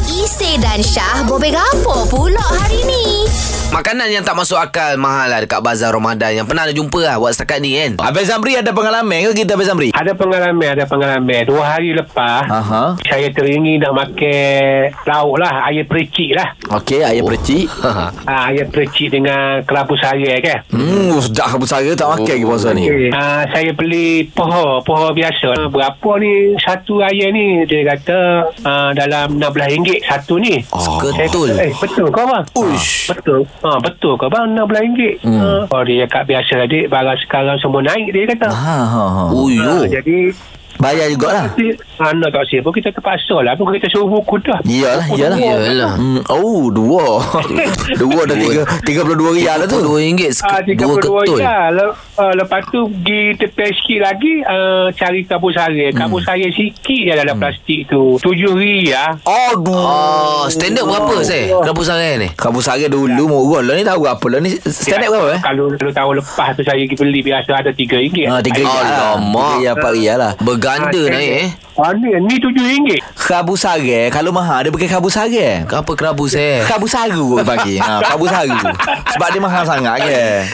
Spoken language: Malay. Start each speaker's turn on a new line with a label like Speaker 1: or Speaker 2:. Speaker 1: Isi dan Syah bobek apa pula hari ni?
Speaker 2: Makanan yang tak masuk akal mahal lah dekat bazar Ramadan yang pernah ada jumpa lah buat setakat ni kan.
Speaker 3: Abang Zamri ada pengalaman ke kita Abang Zamri?
Speaker 4: Ada pengalaman, ada pengalaman. Dua hari lepas,
Speaker 3: Aha.
Speaker 4: saya teringin nak makan lauk lah, air pericik lah.
Speaker 3: Okey, ayam oh. percik.
Speaker 4: Ha, air pericik dengan kelabu saya kan.
Speaker 3: hmm, sedap kabut saya tak makan ke puasa ni.
Speaker 4: Ha, saya beli pohon, pohon biasa. Ha, berapa ni satu air ni? Dia kata ha, dalam RM16 satu ni.
Speaker 2: Oh,
Speaker 4: Saya-
Speaker 2: Betul.
Speaker 4: Eh, betul kau bang?
Speaker 3: Uish.
Speaker 4: Betul. Ha, betul kau bang RM16. Hmm. Ha, oh, dia kat biasa adik, barang sekarang semua naik dia kata. Ha,
Speaker 3: Ha ha ha.
Speaker 2: Uyo.
Speaker 4: jadi
Speaker 3: Bayar jugalah.
Speaker 4: Anak tak siap pun kita terpaksa lah Pun kita suruh buku dah
Speaker 3: Iyalah,
Speaker 2: Oh,
Speaker 3: iyalah.
Speaker 2: Iyalah.
Speaker 3: Hmm, oh, dua. dua dah tiga, tiga puluh dua rial lah tu.
Speaker 2: RM22
Speaker 4: Ah,
Speaker 2: sek- dua
Speaker 4: 32
Speaker 2: ketul.
Speaker 3: lah.
Speaker 4: ya. Le- ah, lepas tu pergi tepi sikit lagi ah, cari kabur
Speaker 2: Hmm.
Speaker 4: sari. Kabur sari sikit je dalam plastik tu. ya. 7
Speaker 2: Eh?
Speaker 4: ria.
Speaker 3: Aduh.
Speaker 2: Oh, standard berapa saya? Berapa sangat ni?
Speaker 3: Kabut saya dulu murah lah ni tahu berapa lah ni. Standard berapa eh?
Speaker 4: Kalau, kalau tahun lepas tu saya pergi beli biasa ada Ah, RM3.
Speaker 3: Ha, tiga rial lah.
Speaker 2: Ah, Alamak.
Speaker 3: Tiga rial, empat rial lah.
Speaker 2: Berganda naik eh.
Speaker 4: Ah, ni, ni RM7.
Speaker 3: Kabut sare, kalau mahal dia pakai kabut sare.
Speaker 2: Kenapa kerabu saya?
Speaker 3: Ah, Kabut saru bagi. Ha, kabut saru. Sebab dia mahal sangat ke.